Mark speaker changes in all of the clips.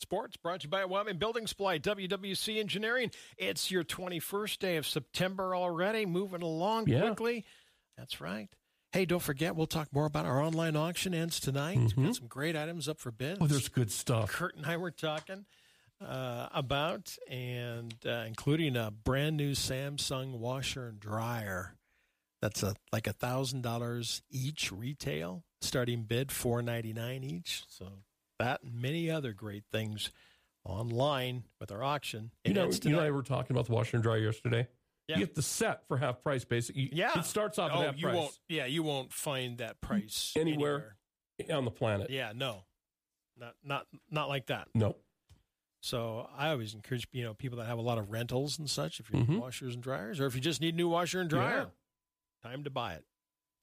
Speaker 1: Sports, brought to you by Wyoming Building Supply, WWC Engineering. It's your 21st day of September already, moving along
Speaker 2: Yeah.
Speaker 1: quickly. That's right. Hey, don't forget, we'll talk more about our online auction ends tonight. We've got some great items up for bid.
Speaker 2: Mm-hmm. Oh, there's good stuff.
Speaker 1: Kurt and I were talking uh, about, and uh, including a brand new Samsung washer and dryer. That's a like a thousand dollars each retail, starting bid four ninety nine each. So that and many other great things online with our auction.
Speaker 2: You know,
Speaker 1: It's
Speaker 2: you and I
Speaker 1: tonight.
Speaker 2: were talking about the washer and dryer yesterday.
Speaker 1: Yeah.
Speaker 2: You get the set for half price, basically.
Speaker 1: yeah,
Speaker 2: It starts off
Speaker 1: Oh,
Speaker 2: at half
Speaker 1: you
Speaker 2: price
Speaker 1: won't. Yeah, you won't find that price
Speaker 2: Anywhere. on the planet.
Speaker 1: anywhere. Yeah, no, not not not like that.
Speaker 2: No.
Speaker 1: So I always encourage you know people that have a lot of rentals and such. If you
Speaker 2: Mhm.
Speaker 1: need washers and dryers, or if you just need a new washer and dryer, time to buy it.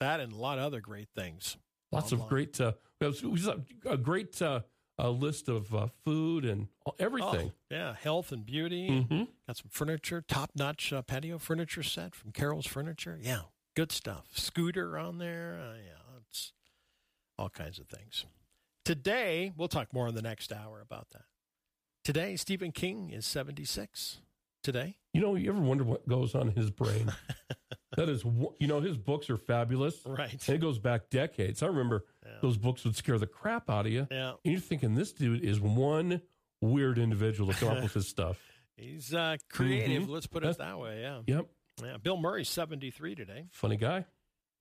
Speaker 1: That and a lot of other great things.
Speaker 2: Lots
Speaker 1: Online.
Speaker 2: of great, uh, we have- we just have a great uh, uh, list of uh, food and all- everything.
Speaker 1: Oh, yeah, health and beauty.
Speaker 2: Mm-hmm.
Speaker 1: Got some furniture, top notch uh, patio furniture set from Carol's Furniture. Yeah, good stuff. Scooter on there. Uh, yeah, it's all kinds of things. Today, we'll talk more in the next hour about that. Today, Stephen King is 76. Today,
Speaker 2: You know, you ever wonder what goes on in his brain? that is, wh- you know, his books are fabulous.
Speaker 1: right.
Speaker 2: And it goes back decades. I remember
Speaker 1: Yeah.
Speaker 2: those books would scare the crap out of you.
Speaker 1: yeah.
Speaker 2: And you're thinking, this dude is one weird individual to come up with this stuff.
Speaker 1: He's uh, creative.
Speaker 2: Mhm.
Speaker 1: Let's put it
Speaker 2: That's-
Speaker 1: that way. Yeah.
Speaker 2: Yep.
Speaker 1: Yeah. Bill Murray's 73 today.
Speaker 2: Funny guy.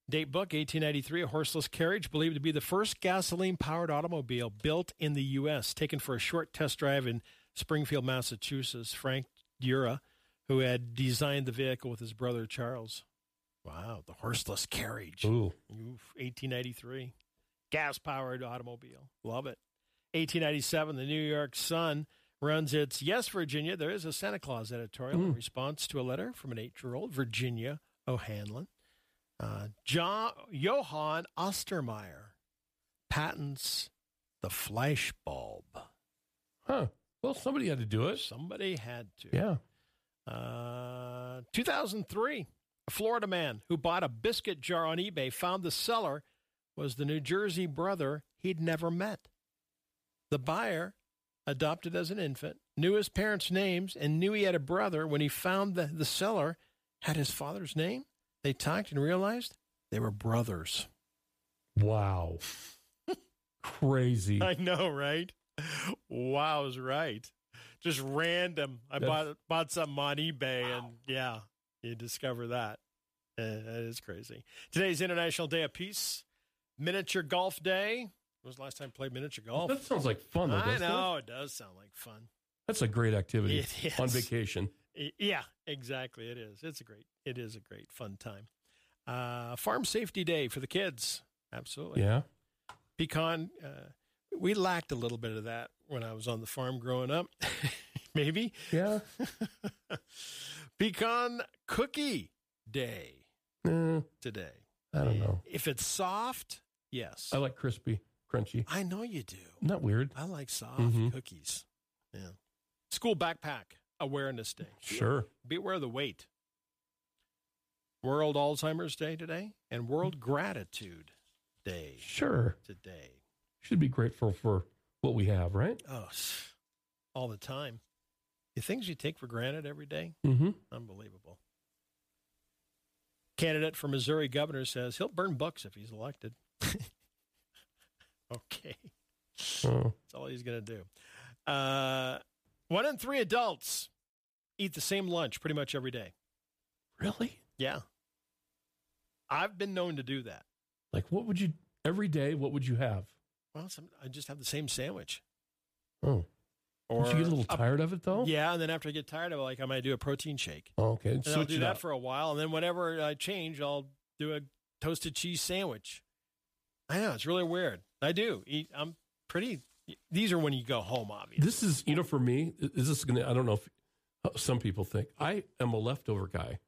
Speaker 1: Date book 1893, a horseless carriage believed to be the first gasoline powered automobile built in the U.S., taken for a short test drive in Springfield, Massachusetts. Frank Dura, who had designed the vehicle with his brother Charles. Wow. The horseless carriage.
Speaker 2: Ooh.
Speaker 1: Oof, 1893. Gas powered automobile. Love it. 1897, the New York Sun runs its Yes, Virginia, there is a Santa Claus editorial in
Speaker 2: Mm.
Speaker 1: response to a letter from an eight year old, Virginia O'Hanlon. Uh, John, Johann Ostermeyer patents the flash bulb.
Speaker 2: Huh. Well, somebody had to do it.
Speaker 1: Somebody had to.
Speaker 2: Yeah.
Speaker 1: Uh, 2003, a Florida man who bought a biscuit jar on eBay found the seller was the New Jersey brother he'd never met. The buyer, adopted as an infant, knew his parents' names and knew he had a brother when he found that the seller had his father's name. They talked and realized they were brothers.
Speaker 2: Wow. Crazy.
Speaker 1: I know, right? Wow, is right. Just random. I
Speaker 2: That's-
Speaker 1: bought bought something on eBay, and yeah, you discover that. Uh, that is crazy. Today's International Day of Peace. Miniature Golf Day. When was the last time you played miniature golf?
Speaker 2: Oh, That sounds like fun, though,
Speaker 1: I
Speaker 2: doesn't it?
Speaker 1: know it does sound like fun.
Speaker 2: That's a great activity
Speaker 1: It is.
Speaker 2: on vacation.
Speaker 1: Y- Yeah, exactly. It is. It's a great. It is a great fun time. Uh, Farm Safety Day for the kids. Absolutely.
Speaker 2: Yeah.
Speaker 1: pecan. Uh, we lacked a little bit of that when I was on the farm growing up. Maybe
Speaker 2: Yeah.
Speaker 1: pecan cookie day
Speaker 2: Eh,
Speaker 1: today.
Speaker 2: I don't know.
Speaker 1: If it's soft, yes.
Speaker 2: I like crispy, crunchy.
Speaker 1: I know you do.
Speaker 2: Isn't that weird?
Speaker 1: I like soft
Speaker 2: Mhm.
Speaker 1: cookies. Yeah. School backpack awareness day.
Speaker 2: Sure.
Speaker 1: Beware of the weight. World Alzheimer's Day today and World Gratitude Day
Speaker 2: Sure.
Speaker 1: today.
Speaker 2: Should be grateful for what we have, right?
Speaker 1: Oh, all the time. The things you take for granted every day,
Speaker 2: Mm-hmm.
Speaker 1: unbelievable. Candidate for Missouri governor says he'll burn books if he's elected. okay,
Speaker 2: Oh,
Speaker 1: that's all he's going to do. Uh, one in three adults eat the same lunch pretty much every day.
Speaker 2: really?
Speaker 1: Yeah. I've been known to do that.
Speaker 2: Like, what would you every day? What would you have?
Speaker 1: Well, some, I just have the same sandwich.
Speaker 2: Oh,
Speaker 1: Or
Speaker 2: don't you get a little tired of it though?
Speaker 1: Yeah, and then after I get tired of it, like I might do a protein shake.
Speaker 2: Oh, okay.
Speaker 1: And I'll do that for a while, and then whenever I change, I'll do a toasted cheese sandwich. I know it's really weird. I do. Eat, I'm pretty. These are when you go home, obviously.
Speaker 2: This is, you know, for me, is this going to? I don't know if how some people think I am a leftover guy.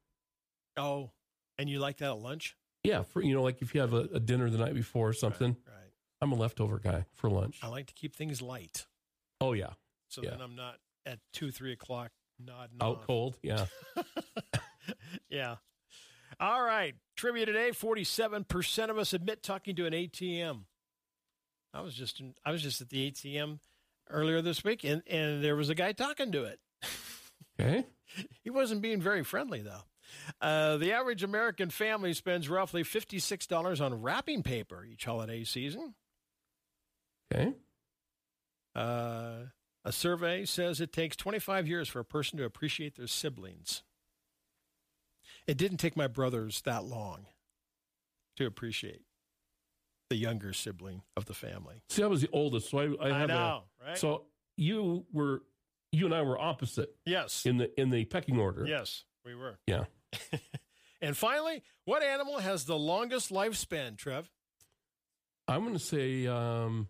Speaker 1: oh, and you like that at lunch?
Speaker 2: Yeah, for you know, like if you have a, a dinner the night before or something,
Speaker 1: Right, right.
Speaker 2: I'm a leftover guy for lunch.
Speaker 1: I like to keep things light,
Speaker 2: Oh yeah,
Speaker 1: so
Speaker 2: Yeah.
Speaker 1: then I'm not at two, three o'clock nodding
Speaker 2: out
Speaker 1: off.
Speaker 2: cold. Yeah,
Speaker 1: yeah. All right. Trivia today: forty-seven percent of us admit talking to an ATM. I was just in, I was just at the ATM earlier this week, and, and there was a guy talking to it.
Speaker 2: Okay.
Speaker 1: He wasn't being very friendly, though. Uh, the average American family spends roughly $56 on wrapping paper each holiday season.
Speaker 2: Okay.
Speaker 1: Uh, a survey says it takes 25 years for a person to appreciate their siblings. It didn't take my brothers that long to appreciate the younger sibling of the family.
Speaker 2: See, I was the oldest, so I, I have
Speaker 1: know, right?
Speaker 2: a. So you were, you and I were opposite
Speaker 1: yes.
Speaker 2: in the in the pecking order.
Speaker 1: Yes, we were.
Speaker 2: Yeah.
Speaker 1: and finally, what animal has the longest lifespan, Trev?
Speaker 2: I'm going to say um,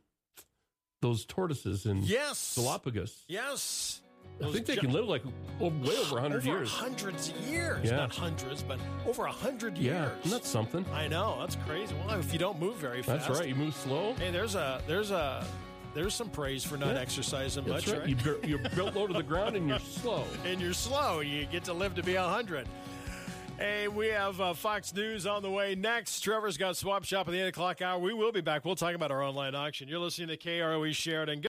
Speaker 2: those tortoises in
Speaker 1: Yes.
Speaker 2: Galapagos.
Speaker 1: Yes.
Speaker 2: I think they
Speaker 1: gi-
Speaker 2: can live like o- way over 100
Speaker 1: over
Speaker 2: years.
Speaker 1: Hundreds of years.
Speaker 2: Yeah.
Speaker 1: Not hundreds, but over a hundred
Speaker 2: Yeah,
Speaker 1: years.
Speaker 2: isn't that something?
Speaker 1: I know, that's crazy. Well, if you don't move very fast.
Speaker 2: That's right. You move slow.
Speaker 1: Hey, there's a there's a there's some praise for not
Speaker 2: Yeah.
Speaker 1: exercising
Speaker 2: That's
Speaker 1: much,
Speaker 2: right. You bur- you're built low to the ground and you're slow.
Speaker 1: and you're slow. You get to live to be 100. Hey, we have uh, Fox News on the way next. Trevor's got Swap Shop at the 8 o'clock hour. We will be back. We'll talk about our online auction. You're listening to KROE E Sheridan.